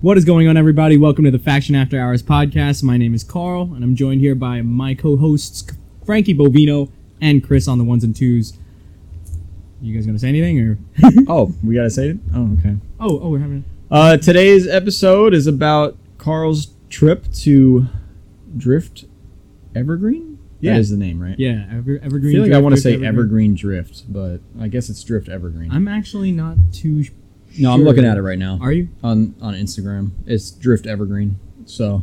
What is going on, everybody? Welcome to the Faction After Hours podcast. My name is Carl, and I'm joined here by my co-hosts Frankie Bovino and Chris on the ones and twos. You guys gonna say anything or? Oh, we gotta say it. Oh, okay. Oh, oh, we're having. Uh, today's episode is about Carl's trip to Drift Evergreen. Yeah. that is the name, right? Yeah, ever, I evergreen. feel like I Drift, want to Drift say Evergreen Drift, but I guess it's Drift Evergreen. I'm actually not too. sh- no, I'm sure. looking at it right now Are you? on on Instagram. It's Drift Evergreen. So,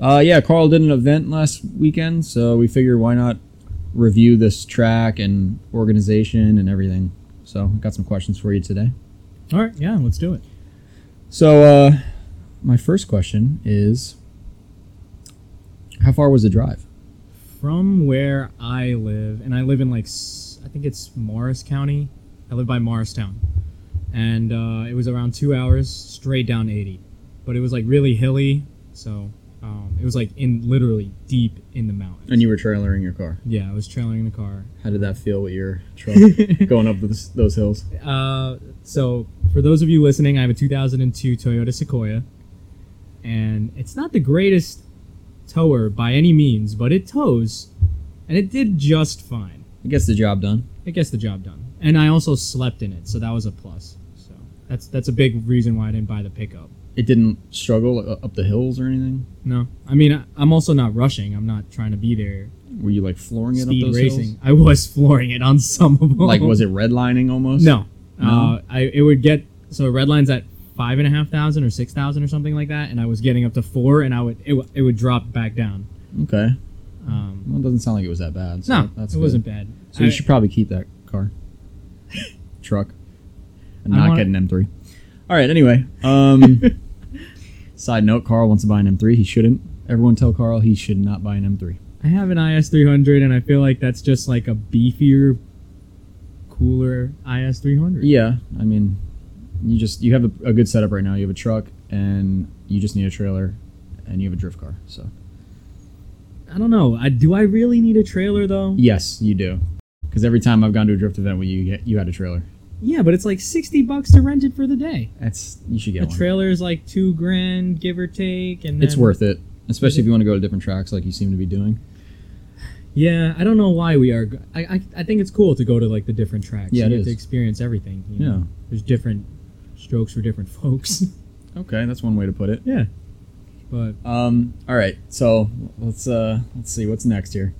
uh, yeah, Carl did an event last weekend, so we figured why not review this track and organization and everything. So, I got some questions for you today. All right. Yeah, let's do it. So, uh, my first question is How far was the drive? From where I live, and I live in like s- I think it's Morris County. I live by Morristown, and uh, it was around two hours straight down 80, but it was like really hilly, so um, it was like in literally deep in the mountains. And you were trailering your car. yeah, I was trailering the car. How did that feel with your truck going up those, those hills? Uh, so for those of you listening, I have a 2002 Toyota Sequoia, and it's not the greatest tower by any means, but it tows, and it did just fine. It gets the job done. It gets the job done, and I also slept in it, so that was a plus. So that's that's a big reason why I didn't buy the pickup. It didn't struggle uh, up the hills or anything. No, I mean I, I'm also not rushing. I'm not trying to be there Were you like flooring it up speed those racing. hills? I was flooring it on some of them. Like, was it redlining almost? No. Uh, No? I it would get so red lines at five and a half thousand or six thousand or something like that, and I was getting up to four, and I would it, w- it would drop back down. Okay. Um, Well, it doesn't sound like it was that bad. So no, that's it good. wasn't bad. So I- you should probably keep that car, truck, and I not want- get an M3. All right. Anyway, um, side note: Carl wants to buy an M3. He shouldn't. Everyone tell Carl he should not buy an M3. I have an IS three hundred, and I feel like that's just like a beefier, cooler IS three hundred. Yeah, I mean, you just you have a, a good setup right now. You have a truck, and you just need a trailer, and you have a drift car. So I don't know. I do I really need a trailer though? yes, you do. Because every time I've gone to a drift event with you, you, get, you had a trailer. Yeah, but it's like sixty bucks to rent it for the day. That's you should get a one. trailer is like two grand, give or take, and It's then- worth it, especially if you want to go to different tracks like you seem to be doing. Yeah, I don't know why we are. g- I, I, I think it's cool to go to like the different tracks. Yeah, you it get to is. experience everything. you know? Yeah. there's different strokes for different folks. Okay, that's one way to put it. yeah, but Um, all right, so let's uh, let's see what's next here.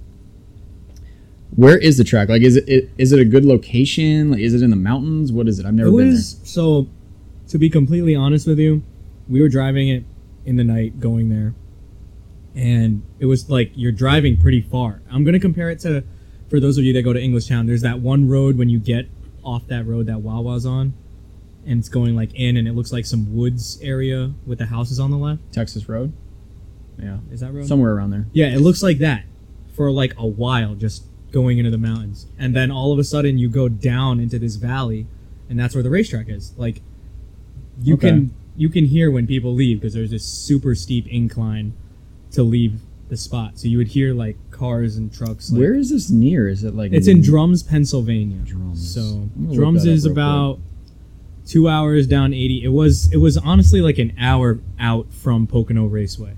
Where is the track? Like, is it- it is it a good location? Like, is it in the mountains? What is it? I've never it been was so. To be completely honest with you, we were driving it in the night going there, and it was like you're driving pretty far. I'm gonna compare it to, for those of you that go to Englishtown, there's that one road when you get off that road that Wawa's on, and it's going like in, and it looks like some woods area with the houses on the left. there. Texas Road. Yeah, Is that road? somewhere around there. Yeah, it looks like that for like a while, just going into the mountains, and then all of a sudden you go down into this valley, and that's where the racetrack is. Like, you Okay. can you can hear when people leave because there's this super steep incline to leave the spot, so you would hear like cars and trucks. Like, Where is this near? Is it like It's in Drums, Pennsylvania. Drums. So I'm gonna look Drums that up is real about two hours down eighty. It was it was honestly like an hour out from Pocono Raceway,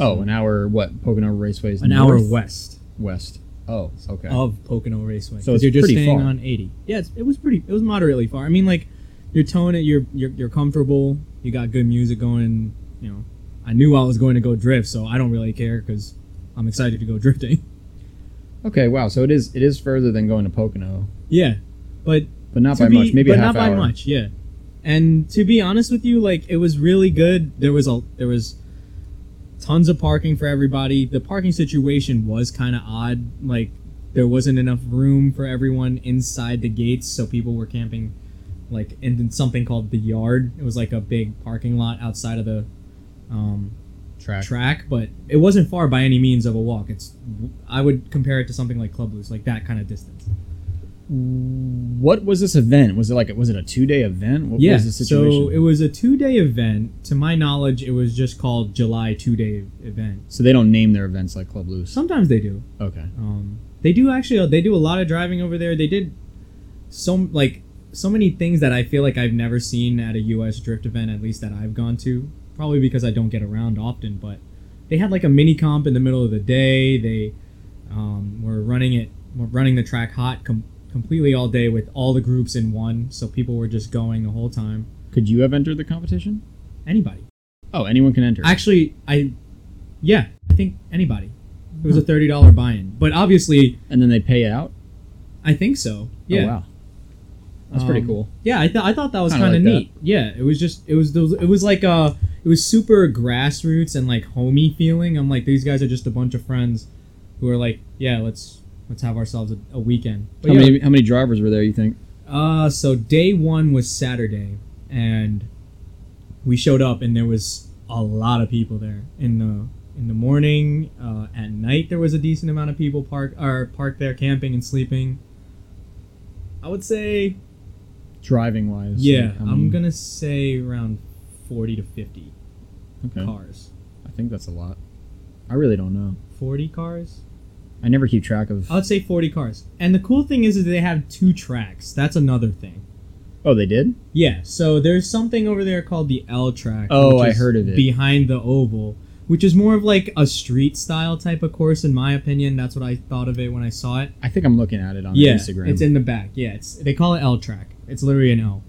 Oh, an hour. What Pocono Raceway's an hour north- west. Uh, west. Oh, okay. of Pocono Raceway. So 'Cause it's you're just pretty staying far. on 80. Yeah, it's, it was pretty. It was moderately far. I mean, like you're towing it. You're you're, you're comfortable. You got good music going. You know, I knew I was going to go drift, so I don't really care because I'm excited to go drifting. Okay, wow. So it is it is further than going to Pocono, yeah, but but not to by be- much. Maybe but a half not by hour. much. Yeah, and to be honest with you, like it was really good. There was a there was tons of parking for everybody. The parking situation was kind of odd. Like there wasn't enough room for everyone inside the gates, so people were camping like in, in something called the yard. It was like a big parking lot outside of the um, Track. track, but it wasn't far by any means of a walk. It's I would compare it to something like Club Loose, like that kind of distance. What was this event? Was it like was it a two day event? What yeah, was the situation? so it was a two-day event. To my knowledge, it was just called July two-day event. So they don't name their events like Club Loose. Sometimes they do. Okay. Um, they do actually. They do a lot of driving over there. They did some like so many things that I feel like I've never seen at a US drift event, at least that I've gone to. Probably because I don't get around often, but they had like a mini comp in the middle of the day. They um, were running it, were running the track hot com- completely all day with all the groups in one. So people were just going the whole time. Could you have entered the competition? Anybody, Oh, anyone can enter. actually, I, yeah, I think anybody. It Hmm. was a thirty dollar buy-in, but obviously, and then they pay out. I think so. Yeah. Oh wow, that's pretty Um, cool. Yeah, I thought I thought that was Kinda kind of like neat. Yeah, it was just it was those- it was like uh it was super grassroots and like homey feeling. I'm like these guys are just a bunch of friends who are like, yeah, let's let's have ourselves a, a weekend. But How Oh, yeah, many how many drivers were there? You think? uh so day 1 was Saturday and we showed up and there was a lot of people there in the in the morning, uh, at night there was a decent amount of people park or parked there camping and sleeping. I would say Driving wise. yeah, like, how many- I'm gonna say around forty to fifty Okay. cars. I think that's a lot. I really don't know. Forty cars? I never keep track of. I'd say forty cars. And the cool thing is, is they have two tracks. That's another thing. oh, they did. Yeah. So there's something over there called the L track. Oh, which I is heard of it. Behind the oval, which is more of like a street style type of course, in my opinion. That's what I thought of it when I saw it. I think I'm looking at it on yeah, Instagram. it's in the back. Yeah, it's they call it L track. It's literally an L.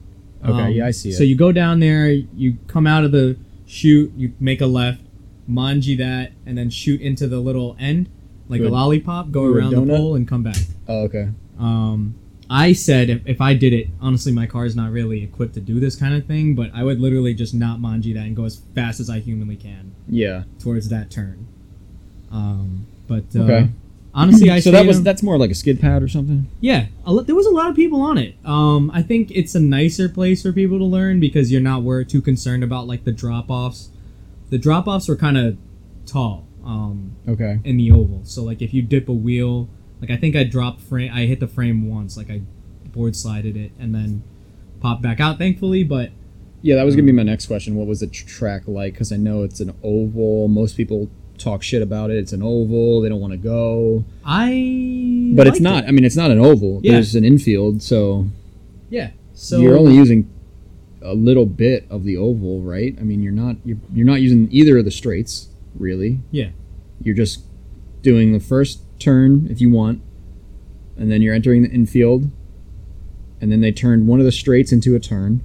okay, Um, yeah, I see it. So you go down there, you come out of the chute, you make a left, manji that, and then shoot into the little end, like Good. a lollipop, go Ooh, a around the donut? pole, and come back. oh, okay. Um, I said if, if I did it, honestly, my car's not really equipped to do this kind of thing, but I would literally just not manji that and go as fast as I humanly can Yeah. towards that turn. Um, but uh, Okay. honestly, I so that stayed was on- that's more like a skid pad or something. yeah, a lot, there was a lot of people on it. Um, I think it's a nicer place for people to learn because you're not wor- too concerned about like the drop offs. The drop offs were kind of tall um, Okay. in the oval, so like if you dip a wheel, like I think I dropped frame, I hit the frame once, like I board slided it and then popped back out, thankfully. But Yeah, that was Um, gonna be my next question. What was the tr- track like? Because I know it's an oval. Most people talk shit about it. It's an oval. They don't want to go, I but it's liked not. it. I mean, it's not an oval. Yeah. There's an infield, so, Yeah, so you're only using a little bit of the oval, right? I mean, you're not you're, you're not using either of the straights really. Yeah. you're just doing the first turn if you want, and then you're entering the infield, and then they turned one of the straights into a turn,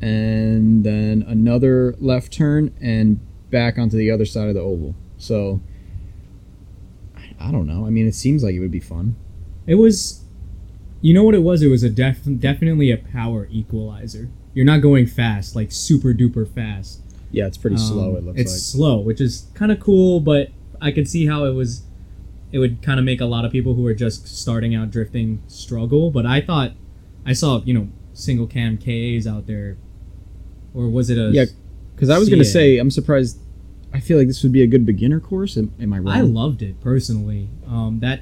and then another left turn and back onto the other side of the oval. So I- I don't know. I mean, it seems like it would be fun. It was, you know what it was? It was a def- definitely a power equalizer. You're not going fast, like super duper fast. Yeah, it's pretty Um, slow. It looks it's slow, which is kind of cool, but I could see how it was. It would kind of make a lot of people who are just starting out drifting struggle. But I thought, I saw you know single cam KAs out there, or was it a? Yeah, Because I was going Yeah. to say, I'm surprised. I feel like this would be a good beginner course. Am, am I wrong? I loved it personally. Um, that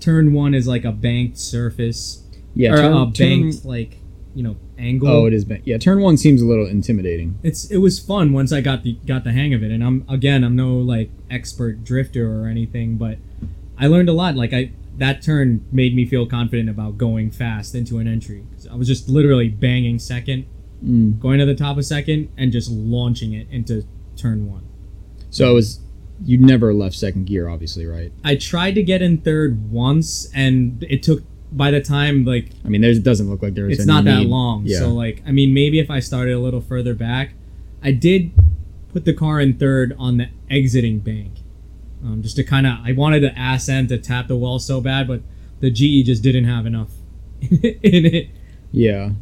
turn one is like a banked surface yeah, or uh, turn, a turn- banked like you know angle. oh, it is bank. Yeah, turn one seems a little intimidating. it's it was fun once I got the got the hang of it, and I'm again I'm no like expert drifter or anything, but I learned a lot. Like I that turn made me feel confident about going fast into an entry. 'Cause I was just literally banging second, Mm. going to the top of second, and just launching it into turn one. So it was. You never left second gear, obviously, right? I tried to get in third once, and it took by the time like I mean, there's, it doesn't look like there was. it's any not that need. long. Yeah. So like, I mean, maybe if I started a little further back, I did put the car in third on the exiting bank, um, just to kind of. I wanted to ass end to tap the wall so bad, but the GE just didn't have enough in it. yeah.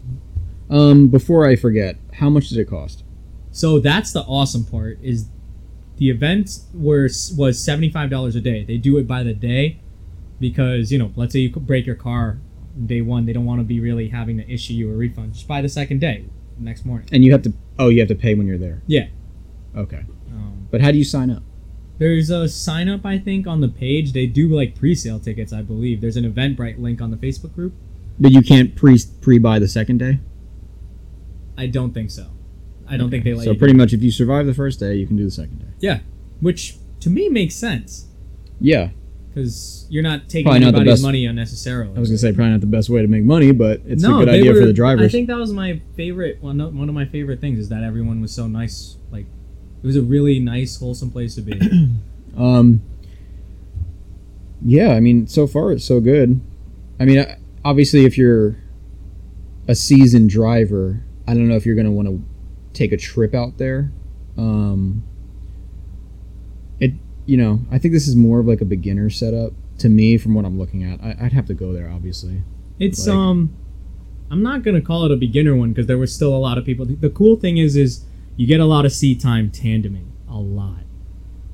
Um, before I forget, how much did it cost? So that's the awesome part is the events were was seventy five dollars a day. They do it by the day because you know, let's say you could break your car on day one, they don't want to be really having to issue you a refund. Just by the second day, next morning. And you have to. Oh, you have to pay when you're there. Yeah. Okay. Um, But how do you sign up? There's a sign up, I think, on the page. They do like pre sale tickets, I believe. There's an Eventbrite link on the Facebook group. But you can't pre pre buy the second day. I don't think so. I don't think they let so you. pretty much, if you survive the first day, you can do the second day. do it. Which to me makes sense. Yeah. because you're not taking Probably not the anybody's best- money unnecessarily. I was gonna say probably not the best way to make money, but it's no, a good they idea were, for the drivers. I think that was my favorite one. One of my favorite things is that everyone was so nice. Like, it was a really nice, wholesome place to be. Um, yeah, I mean, so far it's so good. I mean, I- obviously, if you're a seasoned driver, I don't know if you're going to want to take a trip out there. Um, it, you know, I think this is more of like a beginner setup to me from what I'm looking at. I, I'd have to go there, obviously. It's Like- um, I'm not gonna call it a beginner one because there were still a lot of people. The, the cool thing is, is you get a lot of seat time tandeming a lot.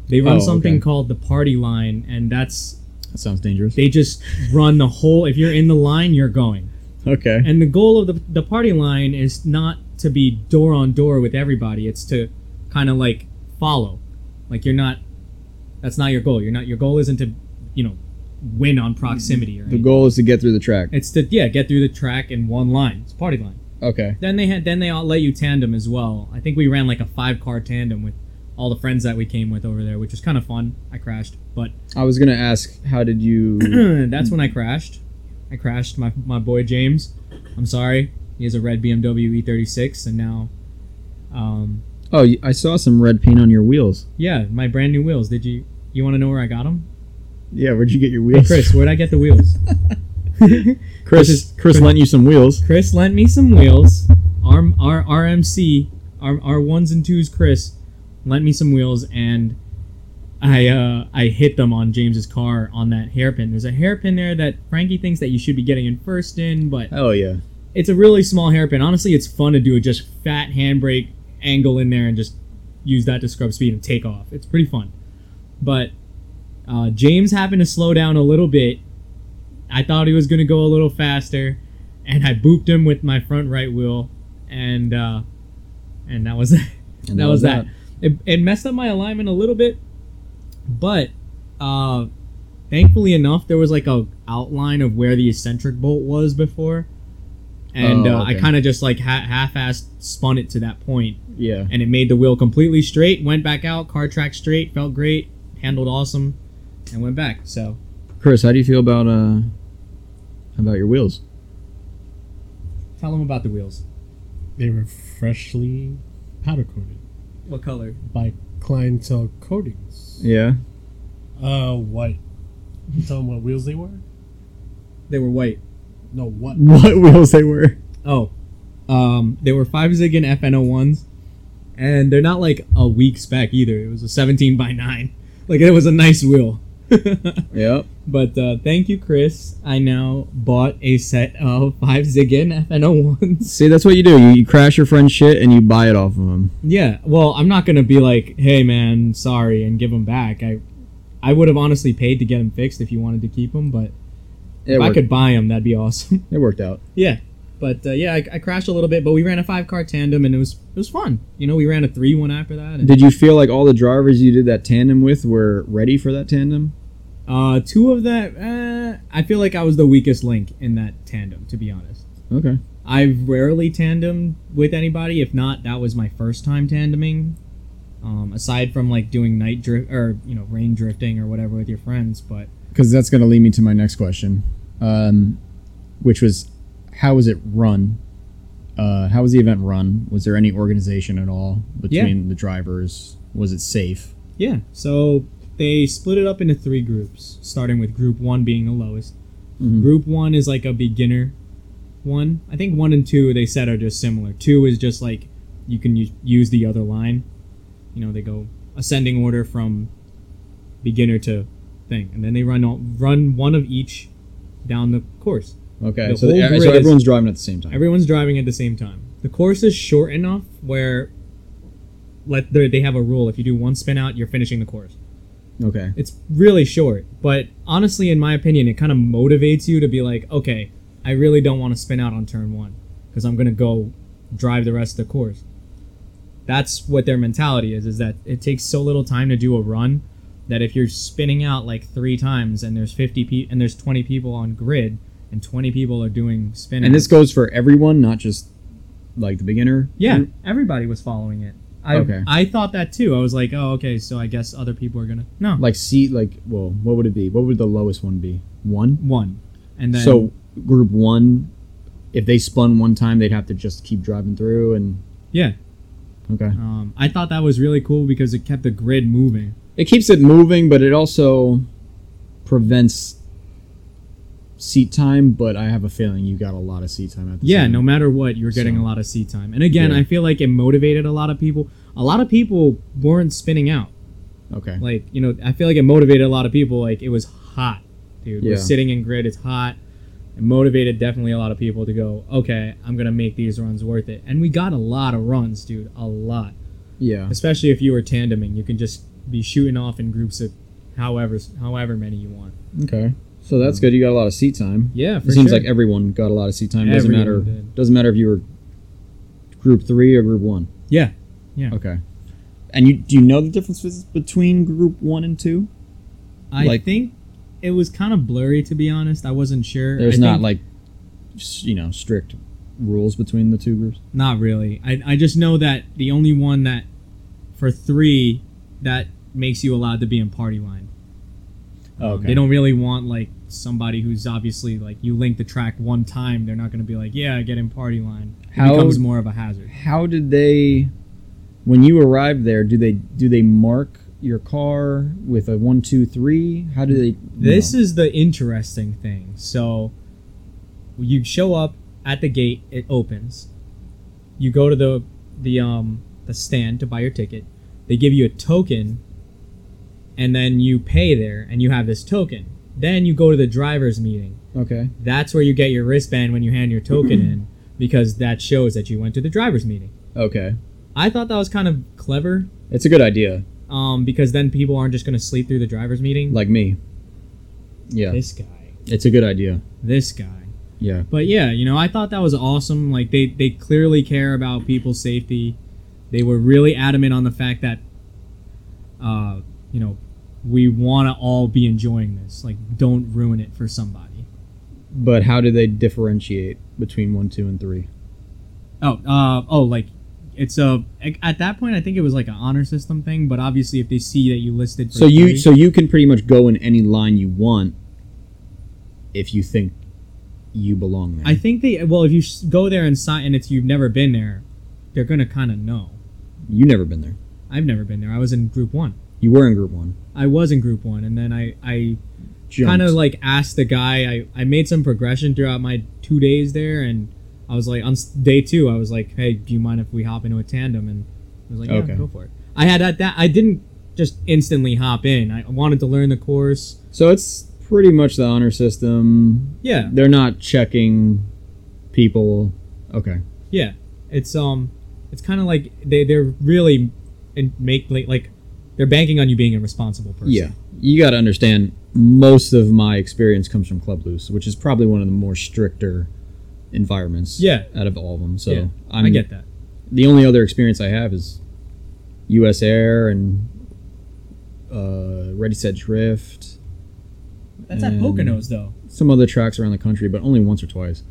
They run Oh, something okay. called the party line, and that's That sounds dangerous. they just run the whole. If you're in the line, you're going. Okay. And the goal of the, the party line is not to be door on door with everybody. It's to kind of like follow. Like you're not. That's not your goal. You're not. Your goal isn't to, you know, win on proximity or The anything. goal is to get through the track. It's to yeah get through the track in one line. It's party line. Okay. Then they had then they all let you tandem as well. I think we ran like a five car tandem with all the friends that we came with over there, which was kind of fun. I crashed, but I was going to ask, how did you. that's when I crashed. I crashed my, my boy James. I'm sorry. He has a red BMW E36, E and now, um, oh, you- I saw some red paint on your wheels. yeah, my brand new wheels. Did you you want to know where I got them? Yeah, where'd you get your Hey wheels? Chris, where'd I get the wheels? Chris, Chris lent you some wheels. Chris lent me some wheels. Our, our RMC, our, our ones and twos, Chris lent me some wheels, and I uh, I hit them on James's car on that hairpin. There's a hairpin there that Frankie thinks that you should be getting in first in, but Oh yeah, it's a really small hairpin. Honestly, it's fun to do a just fat handbrake angle in there and just use that to scrub speed and take off. It's pretty fun. But uh, James happened to slow down a little bit. I thought he was going to go a little faster, and I booped him with my front right wheel, and uh, and that was that, And was that. It, it messed up my alignment a little bit, but uh, thankfully enough, there was like a outline of where the eccentric bolt was before, and Oh, uh, I okay. kind of just like ha- half-assed spun it to that point, Yeah, and it made the wheel completely straight. Went back out, car track straight, felt great, handled awesome, and went back. So Chris, how do you feel about uh about your wheels? tell them about the wheels. They were freshly powder coated What color? by Clientele Coatings. Yeah, Uh, white. You tell them what wheels they were? They were white. No, what? what wheels they were? Oh, um, they were five Ziggin FN ones, and they're not like a weak spec either. It was a 17 by nine. Like it was a nice wheel. Yep. But uh, thank you, Chris. I now bought a set of five Ziggin FN01s. See, that's what you do. You, you crash your friend's shit and you buy it off of him. yeah, well, I'm not gonna be like, hey man, sorry, and give them back. I, I would have honestly paid to get them fixed if you wanted to keep them, but It if I worked, could buy them, that'd be awesome. it worked out. Yeah, but uh, yeah, I, I crashed a little bit, but we ran a five car tandem, and it was it was fun. You know, we ran a three one after that. And, Did you feel like all the drivers you did that tandem with were ready for that tandem? uh, two of that, uh, I feel like I was the weakest link in that tandem, to be honest. Okay. I've rarely tandemed with anybody. If not, that was my first time tandeming. Um, aside from like doing night drift or you know rain drifting or whatever with your friends, but Because that's going to lead me to my next question, um, which was, how was it run? Uh, how was the event run? Was there any organization at all between the drivers? Was it safe? yeah. So they split it up into three groups, starting with group one being the lowest. Mhm. Group one is like a beginner one. I think one and two they said are just similar. Two is just like you can use, use the other line. You know, they go ascending order from beginner to thing, and then they run all, run one of each down the course. Okay, The so, whole e- so grid is- everyone's driving at the same time. Everyone's driving at the same time. The course is short enough where let they they have a rule if you do one spin out, you're finishing the course. okay, It's really short, but honestly, in my opinion, it kind of motivates you to be like, okay, I really don't want to spin out on turn one because I'm gonna go drive the rest of the course. That's what their mentality is: is that it takes so little time to do a run that if you're spinning out like three times and there's 50 pe- and there's 20 people on grid and 20 people are doing spin, and outs- this goes for everyone, not just like the beginner. yeah, group? everybody was following it. I Okay. I thought that too. I was like, oh, okay, so I guess other people are gonna no Like seat, like well, what would it be? What would the lowest one be? One. one, and then so group one, if they spun one time, they'd have to just keep driving through and yeah. okay. Um, I thought that was really cool because it kept the grid moving. It keeps it moving, but it also prevents seat time. But I have a feeling you got a lot of seat time at the Yeah, no matter what, you're getting So- a lot of seat time. And again, Yeah. I feel like it motivated a lot of people. A lot of people weren't spinning out. Okay. Like, you know, I feel like it motivated a lot of people. Like, it was hot, dude. Yeah. We're sitting in grid, it's hot. It motivated definitely a lot of people to go, okay, I'm going to make these runs worth it. And we got a lot of runs, dude. A lot. Yeah. Especially if you were tandeming. You can just be shooting off in groups of however however many you want. Okay. So that's good. You got a lot of seat time. Yeah, for it seems sure. like everyone got a lot of seat time. doesn't Everyone matter. did. Doesn't matter if you were group three or group one. yeah. Okay. And you do you know the differences between group one and two? I Like- think it was kind of blurry, to be honest. I wasn't sure. There's I not think- like s- you know strict rules between the two groups. Not really. I, I just know that the only one that for three that makes you allowed to be in party line. Oh, They don't really want like somebody who's obviously like you link the track one time. They're not going to be like, yeah, get in party line. It How- becomes more of a hazard. How did they? When you arrived there, do they do they mark your car with a one two three? How do they? This is the interesting thing. So you show up at the gate, it opens. You go to the the um the stand to buy your ticket. They give you a token and then you pay there and you have this token. Then you go to the driver's meeting. No. okay. That's where you get your wristband when you hand your token in because that shows that you went to the driver's meeting. Okay, I thought that was kind of clever it's a good idea. um, because then people aren't just going to sleep through the driver's meeting. Like me. Yeah, this guy, it's a good idea. this guy. Yeah. But yeah, you know, I thought that was awesome. Like they they clearly care about people's safety. They were really adamant on the fact that, uh, you know, we want to all be enjoying this. Like, don't ruin it for somebody. But how do they differentiate between one, two, and three? Oh, uh, oh, like it's a at that point I think it was like an honor system thing. But obviously, if they see that you listed, for So you three- so you can pretty much go in any line you want if you think you belong there. I think they well, if you s- go there and sign, and if you've never been there, they're gonna kind of know. you never been there. I've never been there. I was in group one. You were in group one. I was in group one, and then I I Jumped. kind of like asked the guy I, I made some progression throughout my two days there and i was like on s- day two i was like hey do you mind if we hop into a tandem and i was like yeah Okay. go for it i had that, that i didn't just instantly hop in i wanted to learn the course so it's pretty much the honor system. yeah They're not checking people. Okay. yeah it's um it's kind of like they, they're really and make like, like they're banking on you being a responsible person Yeah. You got to understand most of my experience comes from Club Loose, which is probably one of the more stricter environments Yeah. out of all of them. So Yeah. I'm, i get that the only other experience I have is U.S. Air and uh, Ready Set Drift, that's at at Um, Poconos, poconos though some other tracks around the country, but only once or twice.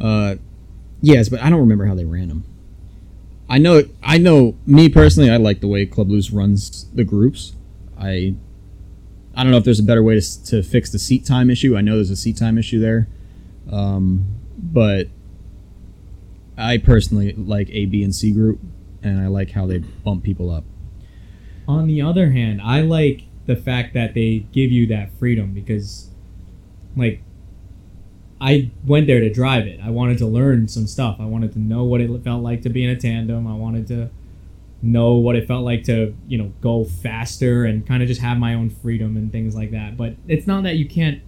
Uh, yes, but I don't remember how they ran them. I know, I know. Me personally, I like the way Club Loose runs the groups. I, I don't know if there's a better way to, s- to fix the seat time issue. I know there's a seat time issue there, um, but I personally like A, B, and C group, and I like how they bump people up. On the other hand, I like the fact that they give you that freedom because, like, I went there to drive it. I wanted to learn some stuff. I wanted to know what it felt like to be in a tandem. I wanted to know what it felt like to, you know, go faster and kind of just have my own freedom and things like that. But it's not that you can't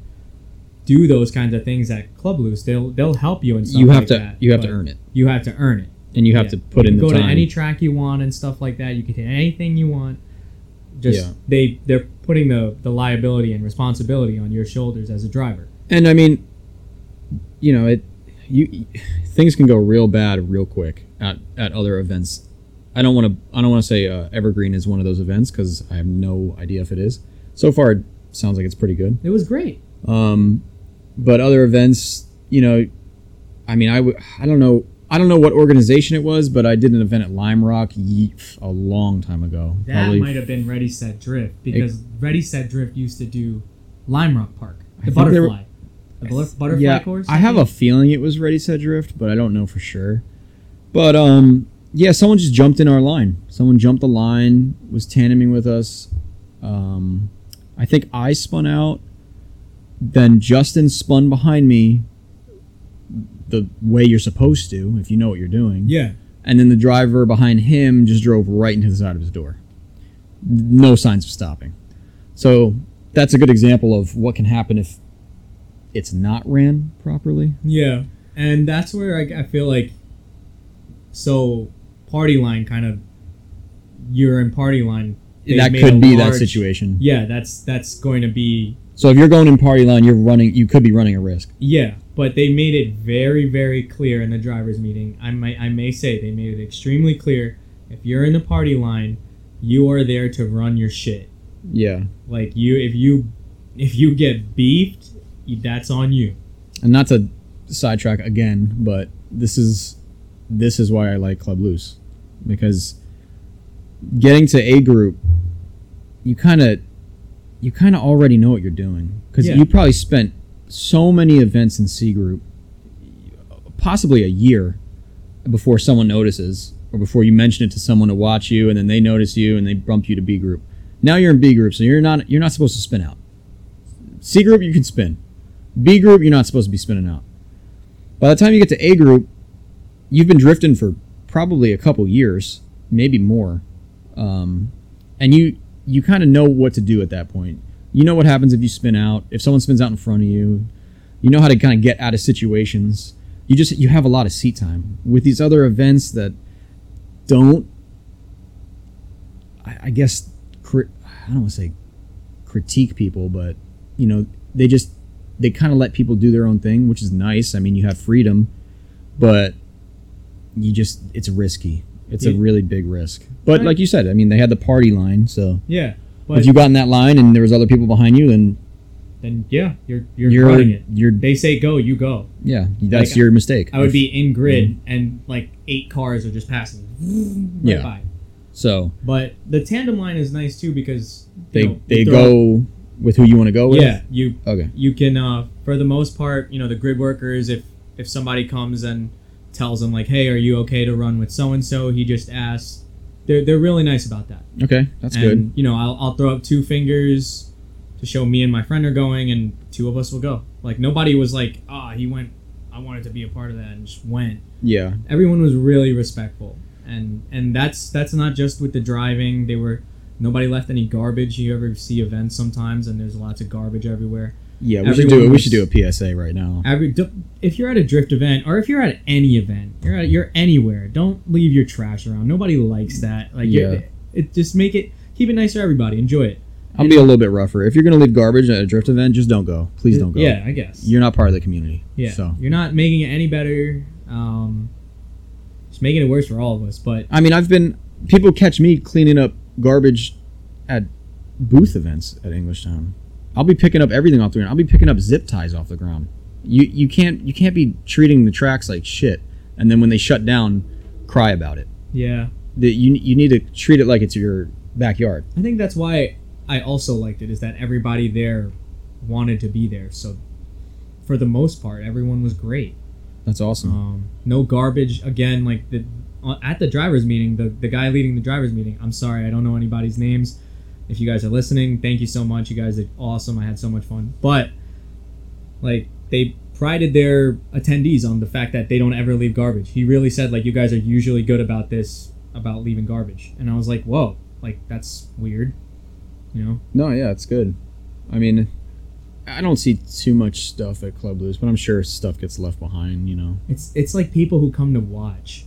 do those kinds of things at Club Loose. They'll they'll help you and stuff. You have like to, that, you have to but earn it, You have to earn it and you have Yeah. to put you in the can go time. to any track you want and stuff like that. You can hit anything you want. Just Yeah. they they're putting the the liability and responsibility on your shoulders as a driver. and I mean, you know, it you things can go real bad real quick at at other events. I don't want to I don't want to say uh, Evergreen is one of those events because I have no idea if it is. So far, it sounds like it's pretty good. It was great. Um, but other events, you know, I mean, I w- I don't know I don't know what organization it was, but I did an event at Lime Rock ye- a long time ago. That might have been Ready Set Drift because Ready Set Drift used to do Lime Rock Park, the think they were- butterfly, the butterf- butterfly yeah, course. I have a think? feeling it was Ready Set Drift, but I don't know for sure. But um, yeah, someone just jumped in our line. Someone jumped the line, was tandeming with us. Um, I think I spun out, then Justin spun behind me. The way you're supposed to, if you know what you're doing. yeah. And then the driver behind him just drove right into the side of his door. No signs of stopping. So that's a good example of what can happen if it's not ran properly. Yeah, and that's where I, I feel like so party line kind of you're in party line. They that made could a be that large- situation. Yeah, that's that's going to be So if you're going in party line, you're running. You could be running a risk. yeah, but they made it very very clear in the drivers meeting. I may I may say they made it extremely clear if you're in the party line, you are there to run your shit. Yeah, Like you if you if you get beefed, that's on you. and not to sidetrack again, but this is this is why I like Club Loose because getting to a group, you kind of you kind of already know what you're doing because Yeah. you probably spent so many events in C group, possibly a year before someone notices or before you mention it to someone to watch you and then they notice you and they bump you to B group. Now you're in B group, so you're not you're not supposed to spin out. C group you can spin. B group you're not supposed to be spinning out. By the time you get to A group, you've been drifting for probably a couple years, maybe more, um, and you you kind of know what to do at that point. You know what happens if you spin out. If someone spins out in front of you, you know how to kind of get out of situations. You just you have a lot of seat time with these other events that don't. I, I guess cri- I don't want to say critique people, but you know they just they kind of let people do their own thing, which is nice. I mean, you have freedom, but you just it's risky. It's a Yeah. really big risk. But Right. like you said, I mean, they had the party line, so Yeah. But if you got in that line and there was other people behind you, then then yeah, you're you're, you're you're, running it. They say go, you go. yeah, that's Like, your mistake. I would be in grid Mm-hmm. and like eight cars are just passing right Yeah. by. so But the tandem line is nice too because you they know, they throw- go with who you want to go with. Yeah, you Okay. you can uh, for the most part, you know, the grid workers. If if somebody comes and tells them like, hey, are you okay to run with so and so? He just asks. They're they're really nice about that. Okay, that's and you know, I'll I'll throw up two fingers to show me and my friend are going, and two of us will go. Like nobody was like, ah, he went. I wanted to be a part of that and just went. good. Yeah, everyone was really respectful and and that's that's not just with the driving they were nobody left any garbage you ever see events sometimes and there's lots of garbage everywhere yeah. We should do it. Everyone We should do was- a PSA right now. every d- if you're at a drift event or if you're at any event you're at, you're anywhere don't leave your trash around nobody likes that like Yeah. it, it just make it keep it nice for everybody enjoy it I'll be a little bit rougher. If you're gonna leave garbage at a drift event, just don't go. Please don't go. yeah i guess you're not part of the community. yeah So you're not making it any better um it's making it worse for all of us but I mean, I've been people catch me cleaning up garbage at booth events at English Town. I'll be picking up everything off the ground. I'll be picking up zip ties off the ground. You you can't you can't be treating the tracks like shit, and then when they shut down, cry about it. yeah That you you need to treat it like it's your backyard. I think that's why I also liked it is that everybody there wanted to be there. So for the most part, everyone was great. That's awesome. Um, no garbage again. Like the uh, at the drivers meeting, the the guy leading the drivers meeting. I'm sorry, I don't know anybody's names. If you guys are listening, thank you so much. You guys are awesome. I had so much fun. But like they prided their attendees on the fact that they don't ever leave garbage. He really said like you guys are usually good about this about leaving garbage. And I was like, "Whoa, like that's weird." You know? No, yeah, it's good. I mean, I don't see too much stuff at Club Blues, but I'm sure stuff gets left behind. You know. It's it's like people who come to watch.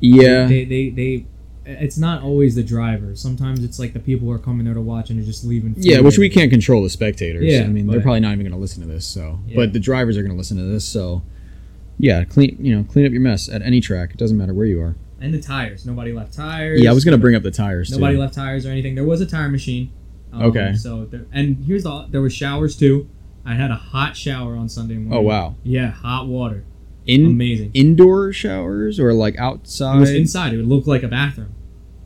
Yeah. They, they they it's not always the driver. Sometimes it's like the people who are coming there to watch and are just leaving. food Yeah, which we everywhere. can't control the spectators. Yeah, I mean, they're but- probably not even going to listen to this. So, Yeah. but the drivers are going to listen to this. So, yeah, clean you know clean up your mess at any track. It doesn't matter where you are. And the tires. Nobody left tires. Yeah, I was going to bring up the tires. Nobody too. left tires or anything. There was a tire machine. Um, Okay. So there, and here's the there were showers too. I had a hot shower on Sunday morning. Oh wow, Mm-hmm. Yeah, hot water. in Amazing. indoor showers or like outside? It was inside. It would look like a bathroom.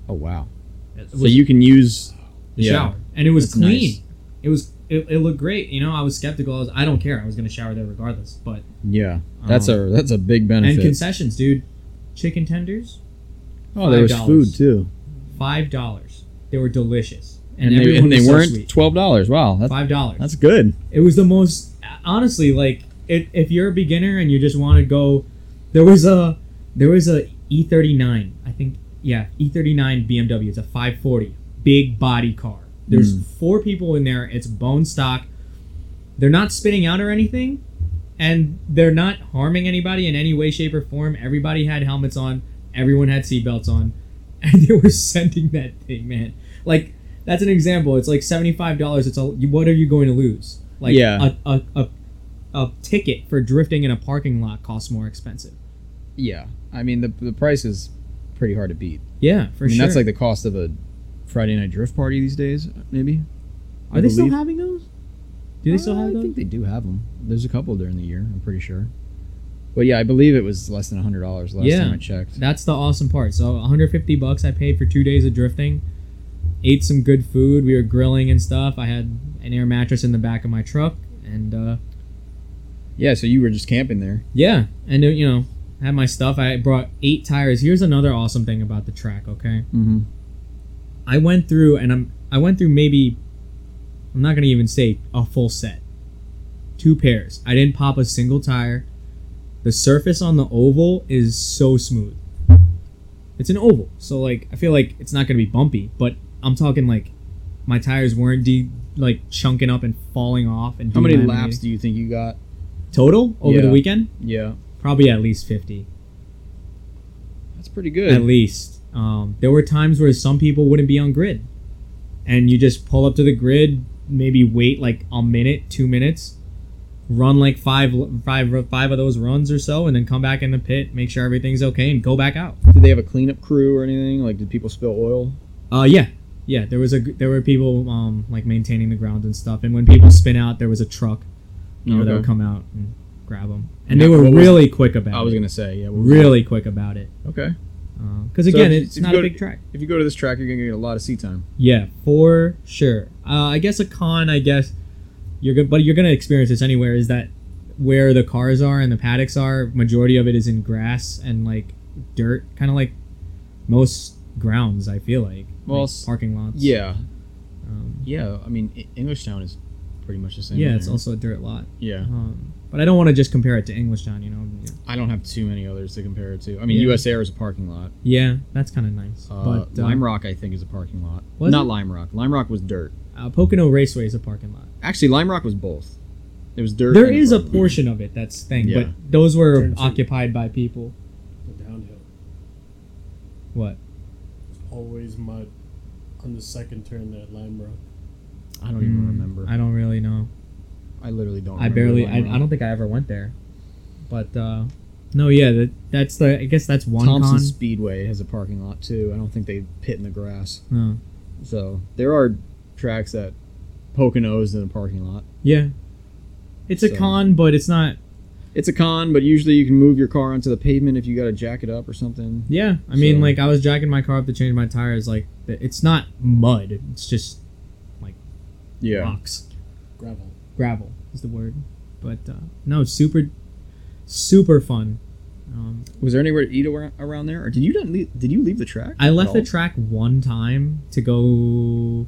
oh wow! It So was you can use the yeah. shower, and it was That's clean. nice. It was. It, it looked great. You know, I was skeptical. I was. I don't care. I was going to shower there regardless. But Yeah, that's Um, a that's a big benefit. and concessions, dude. Chicken tenders, oh, there was $5. food too, five dollars. They were delicious, and, and, they, everyone and they was so weren't sweet. twelve dollars. Wow, that's Five dollars. that's good. It was the most honestly like it, if you're a beginner and you just want to go there was a there was a E39 I think yeah E E39 BMW it's a 540 big body car there's four people in there it's bone stock they're not spitting out or anything and they're not harming anybody in any way shape or form everybody had helmets on everyone had seatbelts on and they were sending that thing man like that's an example it's like $75 it's all what are you going to lose like Yeah. a, a, a, a ticket for drifting in a parking lot costs more expensive Yeah, I mean the the price is pretty hard to beat. yeah for I mean sure that's like the cost of a Friday night drift party these days, maybe. are they still believe- having those do they still Uh, have I those think they do have them. There's a couple during the year. I'm pretty sure. But yeah, I believe it was less than hundred dollars last Yeah. time I checked. That's the awesome part. So 150 bucks I paid for two days of drifting. Ate some good food. We were grilling and stuff. I had an air mattress in the back of my truck, and uh, Yeah, so you were just camping there. yeah, and uh, you know, had my stuff. I brought eight tires. Here's another awesome thing about the track. Okay, Mm-hmm. I went through, and I'm I went through maybe I'm not gonna even say a full set, two pairs. I didn't pop a single tire. The surface on the oval is so smooth. It's an oval, so like I feel like it's not gonna be bumpy, but I'm talking like my tires weren't de- like chunking up and falling off. And How many delaminating. laps do you think you got? total over the Yeah. weekend? Yeah, Probably at least fifty. that's pretty good. At least. Um, there were times where some people wouldn't be on grid. And you just pull up to the grid, maybe wait like a minute, two minutes, run like five, five, five of those runs or so, and then come back in the pit, make sure everything's okay, and go back out. Did they have a cleanup crew or anything? Like, did people spill oil? Uh, yeah, yeah. There was a there were people um like maintaining the ground and stuff, and when people spin out, there was a truck you know, that would come out and grab them, and they Yeah, were what was- really quick about I was it. gonna say, yeah, we Really quick about it, okay. because So again, if- it's if you not a go to- big track. If you go to this track, you're gonna get a lot of seat time. Yeah, for sure. Uh, I guess a con, I guess you're good, but you're gonna experience this anywhere. Is that where the cars are and the paddocks are? Majority of it is in grass and like dirt, kind of like most grounds. I feel like Well, Like, s- parking lots. Yeah, um, yeah. I mean, I- Englishtown is pretty much the same. yeah. there. It's also a dirt lot, yeah. um, but I don't want to just compare it to Englishtown. You know, I don't have too many others to compare it to. I mean, Yeah. US Air is a parking lot. yeah, that's kind of nice. Uh, but uh, Lime Rock, I think, is a parking lot. Was Not it? Lime Rock. Lime Rock was dirt. uh, Pocono Raceway is a parking lot. Actually, Lime Rock was both. It was dirt. There and is a parking lot. portion of it that's thing, Yeah. but those were Turns out- occupied by people. The downhill. What? Always mud on the second turn there at Lime Rock. I don't even Mm, remember. Oh, I don't really know. I, literally don't. I remember barely. I, Lime Rock. I don't think I ever went there. But uh, no, yeah, that, that's the. I guess that's one Thompson con. Speedway has a parking lot too. I don't think they pit in the grass. Uh, So there are tracks that Poconos in a parking lot. yeah, it's a So- con, but it's not. It's a con, but usually you can move your car onto the pavement if you got to jack it up or something. Yeah, I mean, So- like I was jacking my car up to change my tires. Like th- it's not mud. It's just rocks. Gravel. Gravel is the word. But uh, no, super, super fun. Um, Was there anywhere to eat ar- around there, or did you not leave, did you leave the track? I left No. the track one time to go.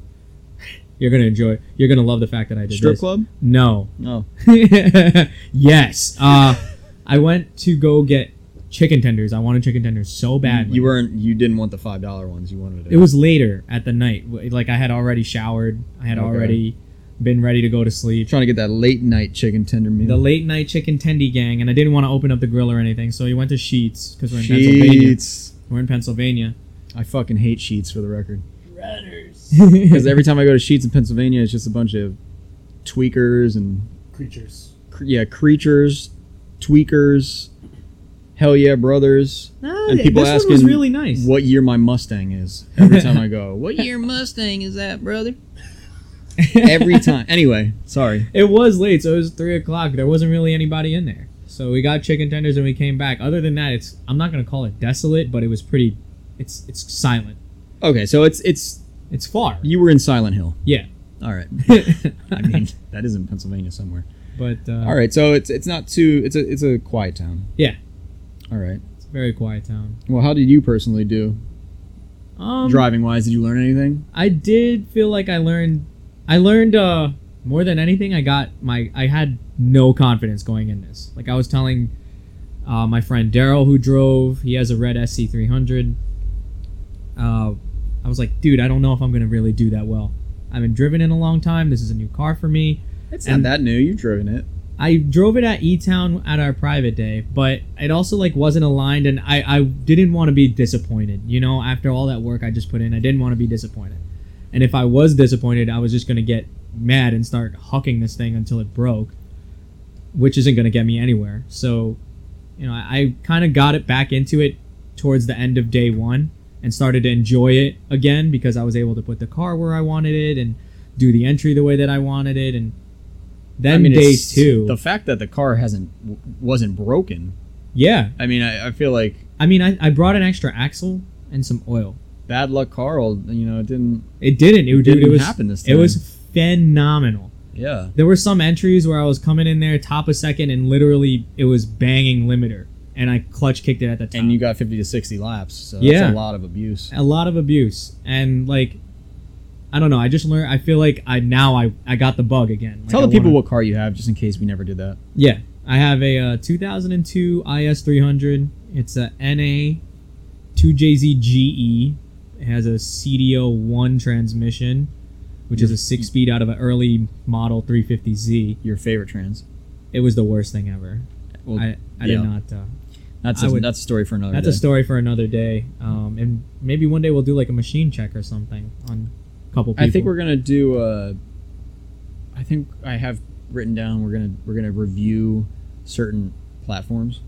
You're gonna enjoy. You're gonna love the fact that I did strip this. club. No, No. yes. Uh, I went to go get chicken tenders. I wanted chicken tenders so bad. You weren't. You didn't want the five dollar ones. You wanted It was later at the night. W- Like I had already showered. I had Okay. already been ready to go to sleep. trying to get that late night chicken tender meal. The late night chicken tendy gang, and I didn't want to open up the grill or anything, so we went to Sheets because we're in Pennsylvania. sheets. We're in Pennsylvania. I fucking hate sheets for the record. Ratters. Because every time I go to sheets in Pennsylvania, it's just a bunch of tweakers and Creatures. cr- yeah creatures, tweakers, hell yeah brothers. Ah, And people this asking one was really nice. what year my Mustang is every time I go. What year Mustang is that, brother? Every time. Anyway, sorry. it was late, so it was three o'clock. There wasn't really anybody in there. So we got chicken tenders and we came back. Other than that, it's I'm not gonna call it desolate, but it was pretty. It's it's silent. Okay, so it's it's It's far. you were in Silent Hill. Yeah. All right. I mean, that is in Pennsylvania somewhere. but uh, All right, so it's it's not too it's a it's a quiet town. Yeah. All right. It's a very quiet town. Well, how did you personally do Um, driving wise? Did you learn anything? I did feel like I learned. I learned uh, more than anything. I got my. I had no confidence going in this. Like I was telling uh, my friend Daryl, who drove. He has a red SC three hundred. Uh, I was like, dude, I don't know if I'm gonna really do that well. I haven't driven in a long time. This is a new car for me. It's And- that new. You've driven it. I drove it at E Town at our private day, but it also like wasn't aligned, and I I didn't want to be disappointed. You know, after all that work I just put in, I didn't want to be disappointed. And if I was disappointed, I was just gonna get mad and start hucking this thing until it broke, which isn't gonna get me anywhere. So, you know, I, I kind of got it back into it towards the end of day one and started to enjoy it again because I was able to put the car where I wanted it and do the entry the way that I wanted it and. Then day it's- two. The fact that the car hasn't w- wasn't broken. Yeah, I mean, I, I feel like I mean, I, I brought an extra axle and some oil. bad luck, Carl. You know, it didn't. It didn't. It, dude, Didn't it was, happen this It time. was phenomenal. Yeah. There were some entries where I was coming in there top of second and literally it was banging limiter, and I clutch kicked it at the top. And you got fifty to sixty laps. So Yeah. that's a lot of abuse. a lot of abuse and like, I don't know. I just learned. I feel like I now I I got the bug again. Like, Tell I the people wanna- what car you have, just in case we never did that. Yeah, I have a uh, 2002 IS 300. It's a NA 2JZGE. E. It has a CDO one transmission, which is a Mm-hmm. six speed out of an early model 350Z. Your favorite trans. It was the worst thing ever. Well, I, I yeah. did not. Uh, that's I a, would- that's a story for another. that's day. a story for another day. Um, and maybe one day we'll do like a machine check or something on a couple people. I think we're gonna do. Uh, I think I have written down we're gonna we're gonna review certain platforms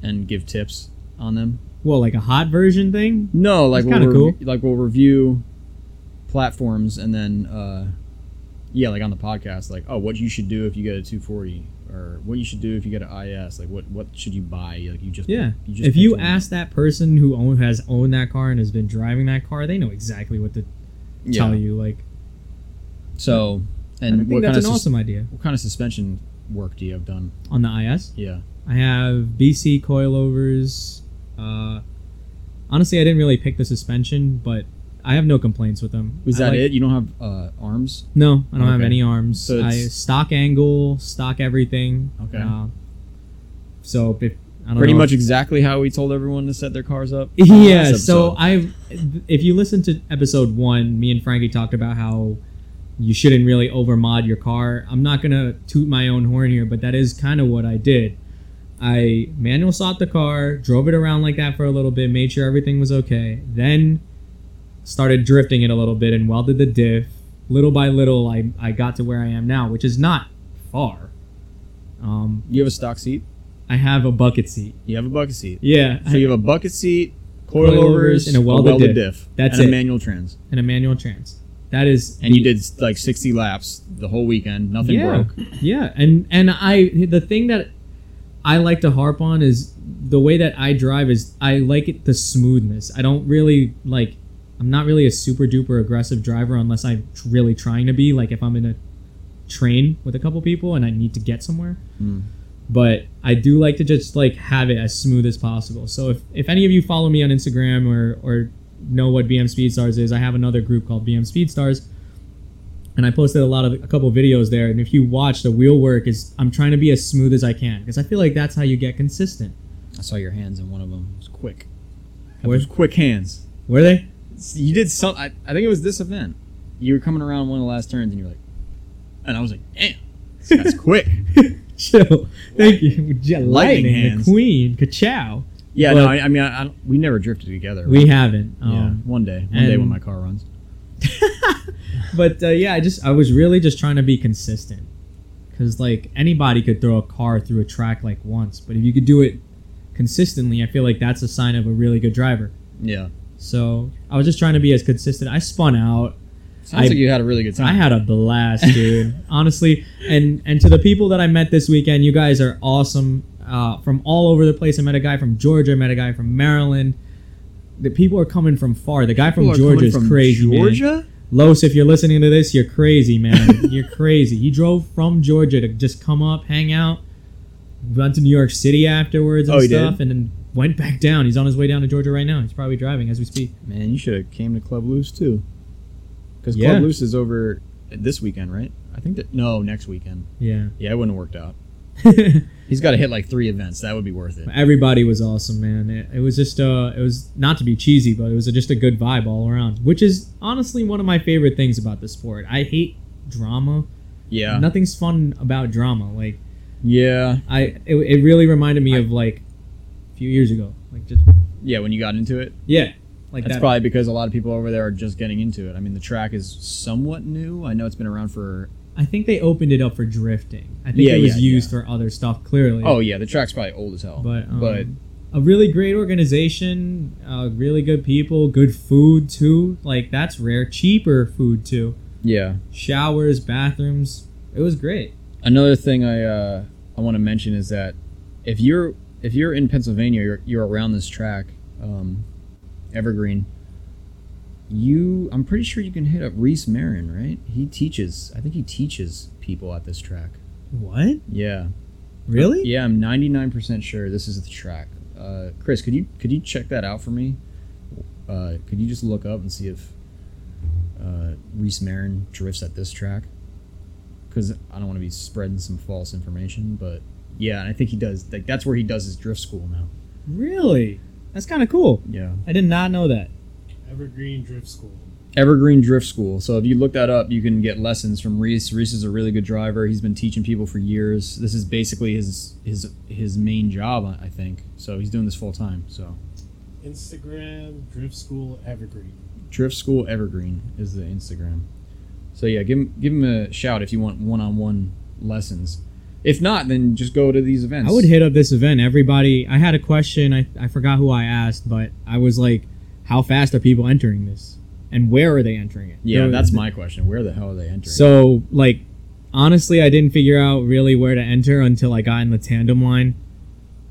and give tips on them. well like a hot version thing. No, like That's we'll kinda rev- like we'll review platforms and then uh, yeah, like on the podcast, like oh, what you should do if you get a 240 or what you should do if you get an IS, like what what should you buy? Like you just Yeah. you if picked you one. ask that person who own, has owned that car and has been driving that car, they know exactly what to yeah. tell you. Like, so and I and think what that's kind an of sus- awesome idea. what kind of suspension work do you have done? On the IS, Yeah, I have BC coilovers. Uh, honestly, I didn't really pick the suspension, but I have no complaints with them. was I that like- it? You don't have uh, arms? No, I don't have Okay. any arms. So I it's- stock angle, stock everything. Okay. Uh, so if, I don't pretty know if- much exactly how we told everyone to set their cars up. yeah Last so episode. i if you listen to episode one me and frankie talked about how you shouldn't really overmod your car i'm not gonna toot my own horn here but that is kind of what i did i manual sought the car drove it around like that for a little bit made sure everything was okay then started drifting it a little bit and welded the diff little by little i, I got to where i am now which is not far um, you have a stock seat. i have a bucket seat You have a bucket seat. yeah So you have a bucket seat, Coilovers, coilovers, and a welded diff. diff. That's and it. a manual trans. and a manual trans that is And you did like 60 laps the whole weekend. Nothing yeah. broke. Yeah, and and I the thing that I like to harp on is the way that I drive is I like it the smoothness. I don't really like I'm not really a super duper aggressive driver unless I'm tr- really trying to be. Like if I'm in a train with a couple people and I need to get somewhere. But I do like to just like have it as smooth as possible. So if, if any of you follow me on Instagram or or know what BM Speedstars is, I have another group called BM Speedstars and I posted a lot of a couple videos there. And if you watch, the wheel work is I'm trying to be as smooth as I can because I feel like that's how you get consistent. I saw your hands in one of them. It was quick. Where- It was quick hands. Were they? You did some. I, I think it was this event. You were coming around one of the last turns and you're like, and I was like, damn, this guy's quick. Chill. Thank you. Yeah, Lightning, hands. the queen, ka-chow. Yeah, But- no, I, I mean, I, I, don't- we never drifted together. We haven't. yeah, Um, one day. One day and- when my car runs. But uh, yeah, I just I was really just trying to be consistent because like anybody could throw a car through a track like once, but if you could do it consistently, I feel like that's a sign of a really good driver. Yeah. So I was just trying to be as consistent. I spun out. Sounds I- like you had a really good time. I had a blast, dude. Honestly, and and to the people that I met this weekend, you guys are awesome. uh, from all over the place. I met a guy from Georgia. I met a guy from Maryland. The people are coming from far. The guy from People are coming Georgia is from crazy, man. Georgia? Los, if you're listening to this, you're crazy, man. you're crazy. He drove from Georgia to just come up, hang out, went to New York City afterwards and Oh, he did? stuff, and then went back down. He's on his way down to Georgia right now. He's probably driving as we speak. Man, you should have came to Club Loose too. Because Yeah. Club Loose is over this weekend, right? I think that no, next weekend. Yeah. Yeah, it wouldn't have worked out. He's got to hit like three events. That would be worth it. Everybody was awesome, man. It, it was just uh, it was not to be cheesy, but it was just a good vibe all around, which is honestly one of my favorite things about the sport. I hate drama. Yeah, Nothing's fun about drama. Like yeah, I, it, it really reminded me of like a few years ago. Like just yeah. When you got into it, yeah, like that's that. probably because a lot of people over there are just getting into it. I mean, the track is somewhat new. I know it's been around for. I think they opened it up for drifting. I think Yeah, it was yeah, used for other stuff. Clearly, Oh yeah, the track's probably old as hell. but um, but a really great organization, uh, really good people, good food too. Like that's rare. Cheaper food too. yeah, showers, bathrooms. It was great. another thing I uh, I want to mention is that if you're if you're in Pennsylvania, you're, you're around this track, um, Evergreen. You, I'm pretty sure you can hit up Reese Marin, right? He teaches. I think he teaches people at this track. What? Yeah, Really? yeah. I'm 99% sure this is the track. Uh, Chris, could you could you check that out for me? Uh, could you just look up and see if uh, Reese Marin drifts at this track? Because I don't want to be spreading some false information, but yeah, and I think he does. Like that's where he does his drift school now. Really? That's kind of cool. Yeah, I did not know that. Evergreen Drift School. Evergreen Drift School. So if you look that up, you can get lessons from Reese. Reese is a really good driver. He's been teaching people for years. This is basically his his his main job, I I think. So he's doing this full time. So. Instagram Drift School Evergreen. Drift School Evergreen is the Instagram. So yeah, give him give him a shout if you want one-on-one lessons. If not, then just go to these events. I would hit up this event. Everybody, I had a question. I, I forgot who I asked, but I was like, how fast are people entering this? And where are they entering it? Yeah, There- that's my question. Where the hell are they entering? So, like, honestly, I didn't figure out really where to enter until I got in the tandem line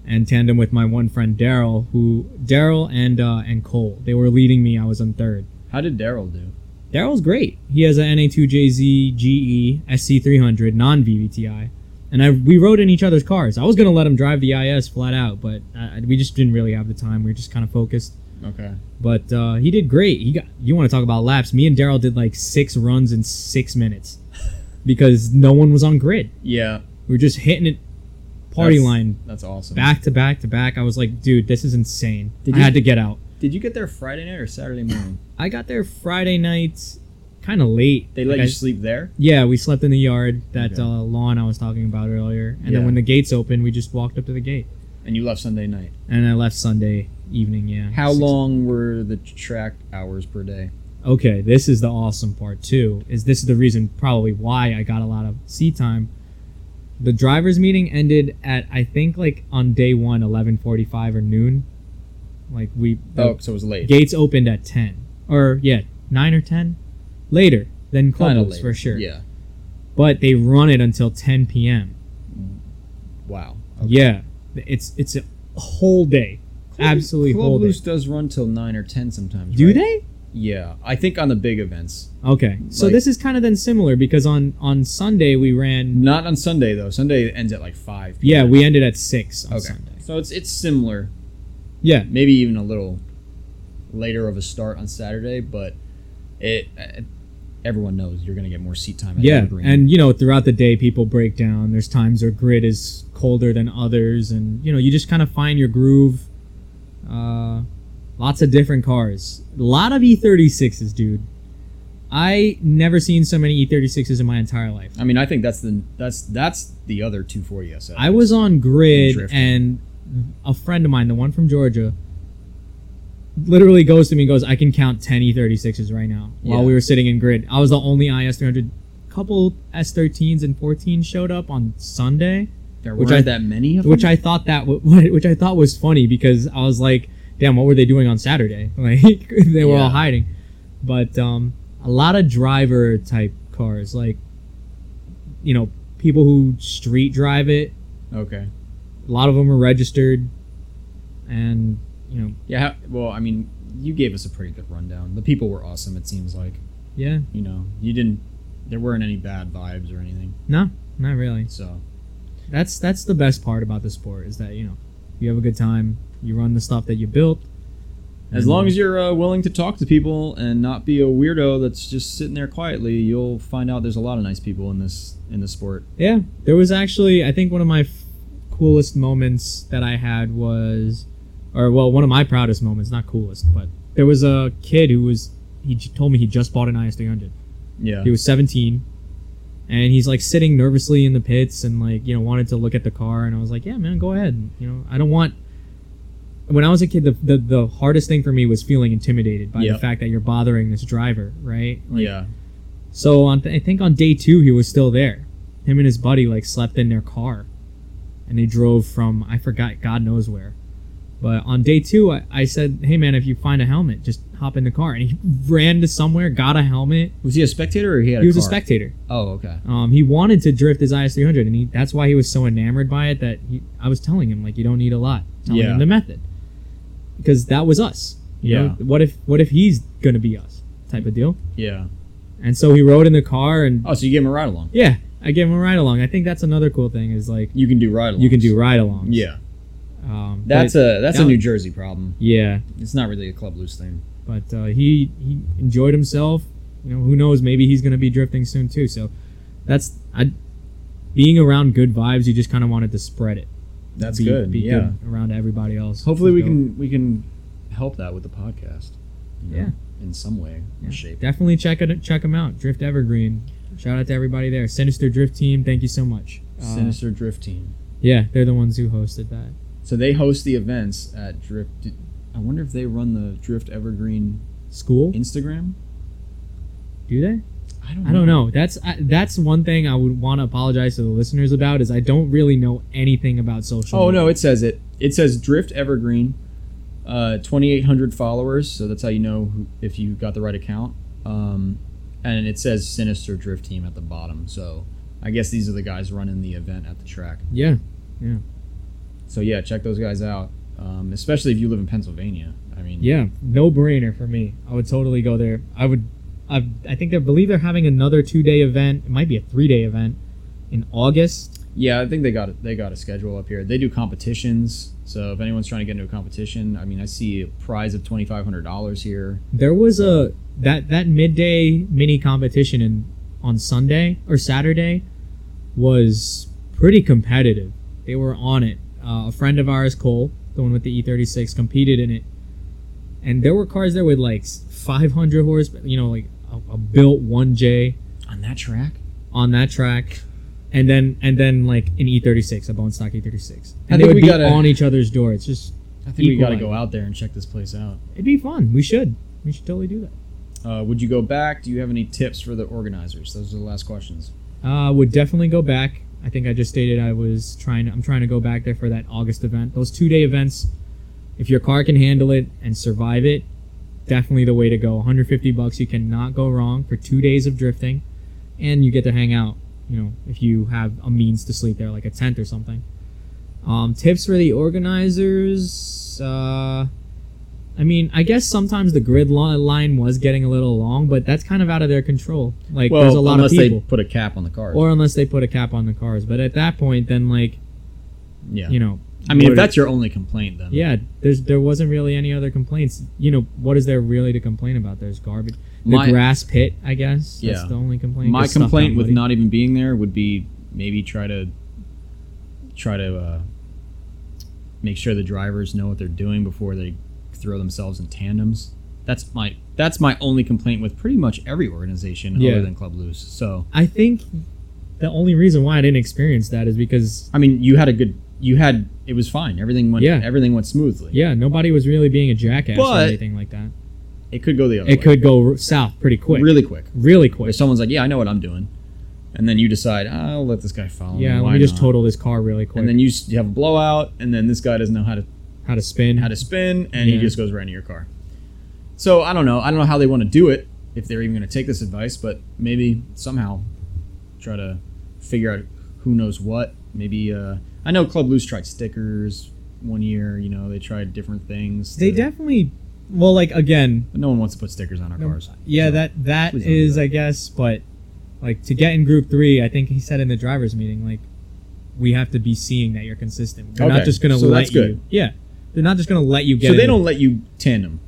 and tandem with my one friend Daryl, who Daryl and uh, and Cole, they were leading me. I was in third. How did Daryl do? Daryl's great. He has a NA2JZ GE SC300 non VVTi, and I we rode in each other's cars. I was gonna let him drive the IS flat out, but uh we just didn't really have the time. We were just kind of focused. Okay. But uh, he did great. He got you want to talk about laps? Me and Daryl did like six runs in six minutes because no one was on grid. Yeah. We were just hitting it party that's- line That's awesome. back to back to back. I was like, dude, this is insane. Did I you- had to get out. Did you get there Friday night or Saturday morning? I got there Friday night, kind of late. They let Like, I- you sleep there? Yeah, we slept in the yard, that Okay. uh, lawn I was talking about earlier. And Yeah. then when the gates opened, we just walked up to the gate. And you left Sunday night. And I left Sunday evening, yeah. How Six- long were the track hours per day? Okay, this is the awesome part, too, is this is the reason probably why I got a lot of sea time. The driver's meeting ended at, I think, like on day one, 11.45 or noon. Like, we... the Oh, so it was late. Gates opened at 10. Or, yeah, 9 or 10? Later than Club Kinda Loops, late. for sure. Yeah. But they run it until 10 p.m. Wow. Yeah, it's it's a whole day, absolutely Club whole day. Loose does run till nine or ten sometimes. Do right? they? Yeah, I think on the big events. Okay, so Like- this is kind of then similar because on on Sunday we ran. Not on Sunday though. Sunday ends at like five. Yeah, we ended at six on Okay. Sunday. So it's it's similar. Yeah, Maybe even a little later of a start on Saturday, but it, uh everyone knows you're gonna get more seat time. At yeah, Evergreen. and you know throughout the day people break down. There's times where grid is colder than others, and you know you just kind of find your groove. Uh, lots of different cars, a lot of E36s, dude. I never seen so many E36s in my entire life. I mean, I think that's the that's that's the other 240 SL. I was on grid, Drifting. and a friend of mine, the one from Georgia, literally goes to me and goes, "I can count ten E36s right now." While Yeah. we were sitting in grid, I was the only IS 300. Couple S13s and 14s showed up on Sunday, there which weren't I- that many of which them? I thought that w- which I thought was funny because I was like, "Damn, what were they doing on Saturday?" Like they were Yeah. all hiding. But um, a lot of driver type cars, like you know, people who street drive it okay. A lot of them are registered, and you know, Yeah. how- Well, I mean, you gave us a pretty good rundown. The people were awesome. It seems like yeah, you know you didn't. There weren't any bad vibes or anything. no, not really. So That's that's the best part about the sport is that you know, you have a good time, you run the stuff that you built. as long as you're uh, willing to talk to people and not be a weirdo that's just sitting there quietly, you'll find out there's a lot of nice people in this in this sport. Yeah, there was actually I think one of my f- coolest moments that I had was, or well, one of my proudest moments, not coolest, but there was a kid who was he j- told me he just bought an IS 300. Yeah. He was 17, and he's like sitting nervously in the pits and like you know wanted to look at the car, and I was like, yeah, man, go ahead. You know, I don't want. When I was a kid, the, the, the hardest thing for me was feeling intimidated by the Yep. fact that you're bothering this driver, right? yeah. So on I think on day two he was still there. Him and his buddy like slept in their car, and they drove from I forgot God knows where. But on day two I, I said, "Hey man, if you find a helmet, just hop in the car." And he ran to somewhere, got a helmet. Was he a spectator or he had He a was a car? spectator. Oh, okay. Um, he wanted to drift his IS 300, and he, that's why he was so enamored by it that he, I was telling him like you don't need a lot. Telling Yeah. him the method, because that was us. You know, Yeah. what if what if he's gonna be us type of deal? Yeah. And so he rode in the car and Oh, so you gave him a ride along. yeah, I gave him a ride along. I think that's another cool thing is like You can do ride along. you can do ride alongs. Yeah. um, That's but- a that's a that- New Jersey problem. yeah. It's not really a club loose thing. But uh, he he enjoyed himself. You know, who knows? Maybe he's gonna be drifting soon too. So that's I being around good vibes. You just kind of wanted to spread it. That's be, good. Be yeah. good around everybody else. Hopefully we Dope. can we can help that with the podcast. you know, Yeah. In some way, Yeah. or shape. definitely check it check him out. Drift Evergreen. Shout out to everybody there. Sinister Drift Team. Thank you so much. Uh, Sinister Drift Team. Yeah, they're the ones who hosted that. So they host the events at Drift. I wonder if they run the Drift Evergreen School? Instagram. Do they? I don't. I don't know. That's I, that's one thing I would want to apologize to the listeners about is I don't really know anything about social. Oh media. no, it says it. It says Drift Evergreen, uh, 2,800 followers. So that's how you know who, if you got the right account. Um, and it says Sinister Drift Team at the bottom. So I guess these are the guys running the event at the track. Yeah, So yeah, check those guys out. Um, especially if you live in Pennsylvania. I mean, yeah, no brainer for me. I would totally go there. I would. I I think they believe they're having another two day event. It might be a three day event in August. yeah. I think they got they got a schedule up here. They do competitions. So if anyone's trying to get into a competition, I mean, I see a prize of twenty five hundred dollars here. There was a that that midday mini competition in on Sunday or Saturday was pretty competitive. They were on it. Uh, a friend of ours, Cole, the one with the E36, competed in it, and there were cars there with like 500 horse, you know, like a, a built 1J On that track, on that track, and then and then like an E36, a bone stock E36, I and think they would we be gotta- on each other's door. It's just I think we got to Equalizer. go out there and check this place out. it'd be fun. We should we should totally do that. Uh, would you go back? Do you have any tips for the organizers? Those are the last questions. Uh, would definitely go back. I think I just stated I was trying. I'm trying to go back there for that August event. Those two day events, if your car can handle it and survive it, definitely the way to go. 150 bucks, you cannot go wrong for two days of drifting, and you get to hang out. You know, if you have a means to sleep there, like a tent or something. Um, tips for the organizers. Uh, I mean, I guess sometimes the grid li- line was getting a little long, but that's kind of out of their control. Like, there's a lot of unless people, they put a cap on the cars. or unless they put a cap on the cars. But at that point, then like yeah. you know, I mean, if what- that's your only complaint, then yeah, there's there wasn't really any other complaints. You know, what is there really to complain about? There's garbage. The My- grass pit, I guess. Yeah. That's the only complaint. My It's stuff complaint got with muddy. not even being there would be maybe try to try to uh, make sure the drivers know what they're doing before they throw themselves in tandems. That's my that's my only complaint with pretty much every organization Yeah. other than Club Loose. So I think the only reason why I didn't experience that is because I mean, you had a good you had it was fine. Everything went Yeah. everything went smoothly. yeah, nobody was really being a jackass But- or anything like that. It could go the other It way. could go r- south pretty quick. really quick. really If quick. someone's like, "Yeah, I know what I'm doing," and then you decide, "I'll let this guy follow me." Yeah, let why me just not?" total this car really quick. And then you, s- you have a blowout, and then this guy doesn't know how to how to spin? how to spin, and he Yeah. just goes right into your car. So I don't know. I don't know how they want to do it if they're even going to take this advice, but maybe somehow try to figure out who knows what. Maybe uh, I know Club Loose tried stickers one year. You know, they tried different things. They to- definitely, well, like again, But no one wants to put stickers on our cars. yeah, So, that that please don't do is, that. I guess, but like to get in group three, I think he said in the drivers' meeting, like we have to be seeing that you're consistent. They're not Okay, just gonna so let that's you. good. Yeah, they're not just gonna let you get. So they in. don't let you tandem,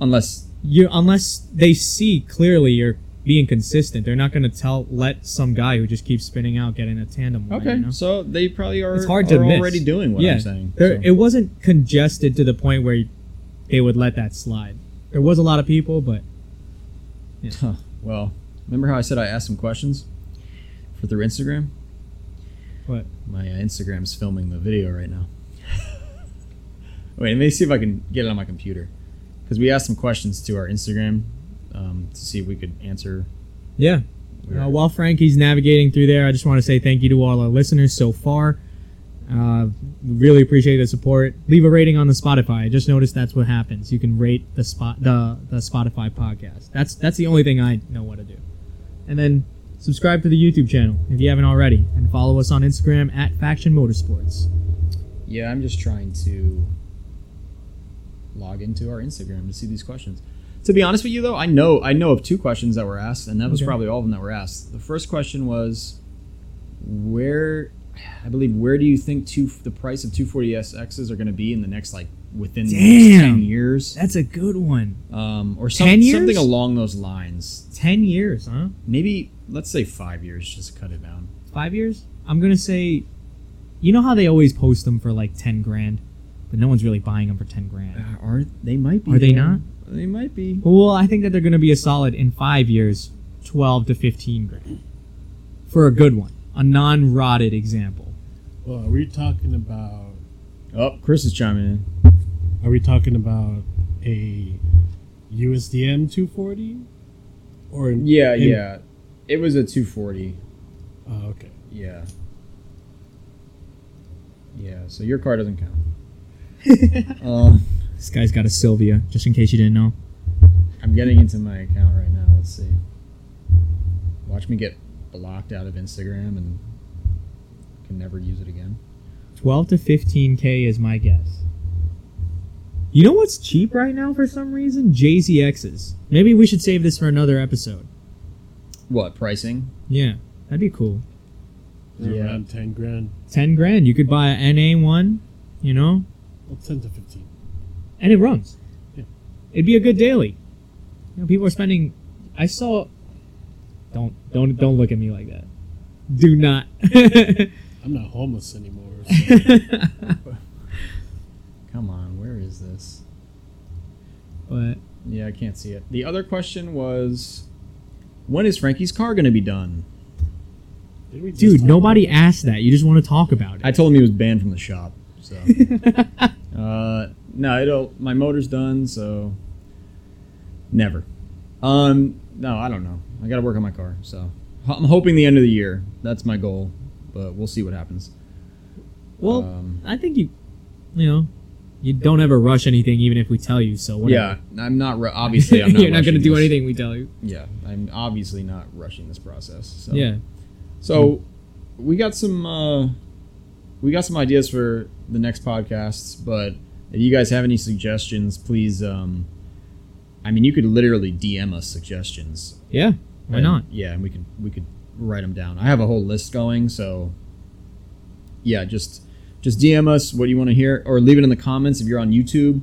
unless You unless they see clearly you're being consistent. They're not gonna tell let some guy who just keeps spinning out get in a tandem. Line, okay. you know? So they probably are. It's hard to are miss. already doing what yeah. I'm saying. There, so. It wasn't congested to the point where they would let that slide. There was a lot of people, but Huh. Well, remember how I said I asked some questions for through Instagram? What? My uh, Instagram's filming the video right now. Wait, let me see if I can get it on my computer. Because we asked some questions to our Instagram um, to see if we could answer. yeah. Weird. Uh, while Frankie's navigating through there, I just want to say thank you to all our listeners so far. Uh, really appreciate the support. Leave a rating on the Spotify. I just noticed that's what happens. You can rate the spot the the Spotify podcast. That's that's the only thing I know what to do. And then subscribe to the YouTube channel if you haven't already, and follow us on Instagram at Faction Motorsports. Yeah, I'm just trying to log into our Instagram to see these questions. To be honest with you, though, I know I know of two questions that were asked, and that was Okay. probably all of them that were asked. The first question was, where I believe where do you think two, the price of 240SXs are going to be in the next like within the next Damn. ten years, That's a good one. um, or some, 10 years? something along those lines? Ten years, huh? Maybe let's say five years, just to cut it down. Five years? I'm gonna say. You know how they always post them for like ten grand, but no one's really buying them for ten grand. Uh, Are they might be? Are they Dan. not? They might be. Well, I think that they're going to be a solid in five years, twelve to fifteen grand for a good one, a non-rotted example. Well, are we talking about? Oh, Chris is chiming in. Are we talking about a USDM 240? Or an, Yeah, in- yeah. It was a 240. Oh, okay. Yeah. Yeah, so your car doesn't count. uh, This guy's got a Sylvia, just in case you didn't know. I'm getting into my account right now. Let's see. Watch me get blocked out of Instagram and can never use it again. Twelve to fifteen k is my guess. You know what's cheap right now for some reason? JZXs. Maybe we should save this for another episode. What, pricing? Yeah, that'd be cool. They're Yeah. Around 10 grand. Ten grand, you could buy a NA one, you know, Well, 10 to 15. and it runs. Yeah. It'd be a good daily. You know, people are spending. I saw. Don't don't don't look at me like that. Do not. I'm not homeless anymore. So. but Come on, where is this? Yeah, I can't see it. The other question was when is Frankie's car going to be done? Did we just dude, talk nobody asked that. You just want to talk about I it. told him he was banned from the shop. So, uh, no, it'll. My motor's done, so never. Um, no, I don't know. I got to work on my car, so I'm hoping the end of the year. That's my goal, but we'll see what happens. well, um, I think you, you know, you don't ever rush anything, even if we tell you. So whatever. Yeah, I'm not. Ru- obviously, I'm not. You're not gonna rushing do this. anything we tell you. Yeah, I'm obviously not rushing this process. So. Yeah. So Hmm. we got some uh, we got some ideas for the next podcasts, but if you guys have any suggestions, please um, I mean you could literally DM us suggestions. Yeah. Why And- not? Yeah, and we could we could write them down. I have a whole list going, so yeah, just just DM us what you want to hear or leave it in the comments if you're on YouTube.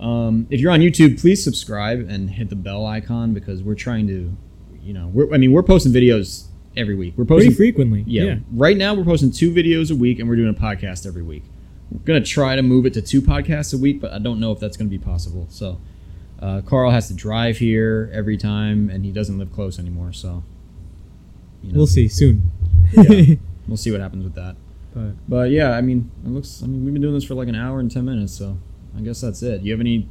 Um, if you're on YouTube, please subscribe and hit the bell icon because we're trying to, you know, we're, I mean, we're posting videos every week. We're Pretty posting frequently. yeah. Right now, we're posting two videos a week, and we're doing a podcast every week. We're gonna try to move it to two podcasts a week, but I don't know if that's gonna be possible. So, uh, Carl has to drive here every time, and he doesn't live close anymore. So, you know, We'll see soon. Yeah. we'll see what happens with that. But- But yeah, I mean, it looks. I mean, we've been doing this for like an hour and ten minutes, so I guess that's it. You have any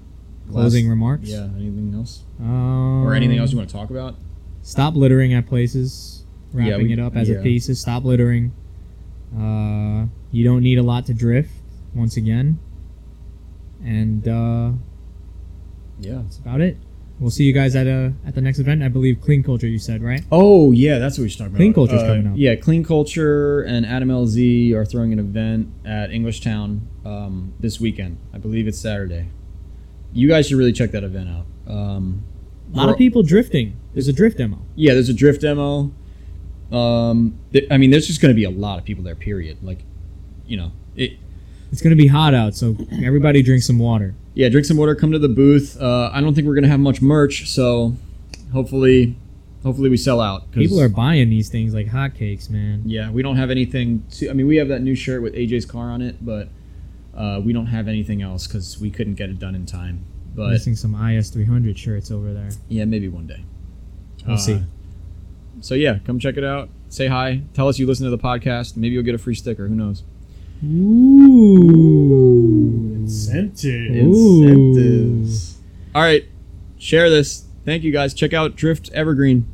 Closing last- remarks. Yeah. Anything else? Um, Or anything else you want to talk about? stop littering at places. Wrapping Yeah, we- it up as yeah. a thesis. Stop littering. Uh, you don't need a lot to drift. Once again, and uh, Yeah. that's about it. We'll see you guys at uh at the next event. I believe Clean Culture. You said right? Oh yeah, that's what we should talk about. Uh, Clean Culture's coming up. Yeah, Clean Culture and Adam LZ are throwing an event at Englishtown um, this weekend. I believe it's Saturday. You guys should really check that event out. Um, A lot of we're- people drifting. There's a drift demo. yeah, there's a drift demo. Um, th- I mean, there's just going to be a lot of people there. Period. Like, you know, it, It's gonna be hot out, so everybody drink some water. yeah, drink some water. Come to the booth. Uh, I don't think we're going to have much merch, so hopefully, hopefully we sell out. 'cause- People are buying these things like hotcakes, man. Yeah, we don't have anything to. I mean, we have that new shirt with AJ's car on it, but uh, we don't have anything else because we couldn't get it done in time. But Missing some IS 300 shirts over there. yeah, maybe one day. We'll see. So yeah, come check it out. Say hi. Tell us you listen to the podcast. Maybe you'll get a free sticker. Who knows? Uh, Ooh. Incentive. Ooh. Incentives. All right, share this. Thank you guys. Check out Drift Evergreen.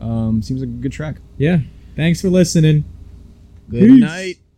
Um, seems like a good track. Yeah. Thanks for listening. Good Peace. night.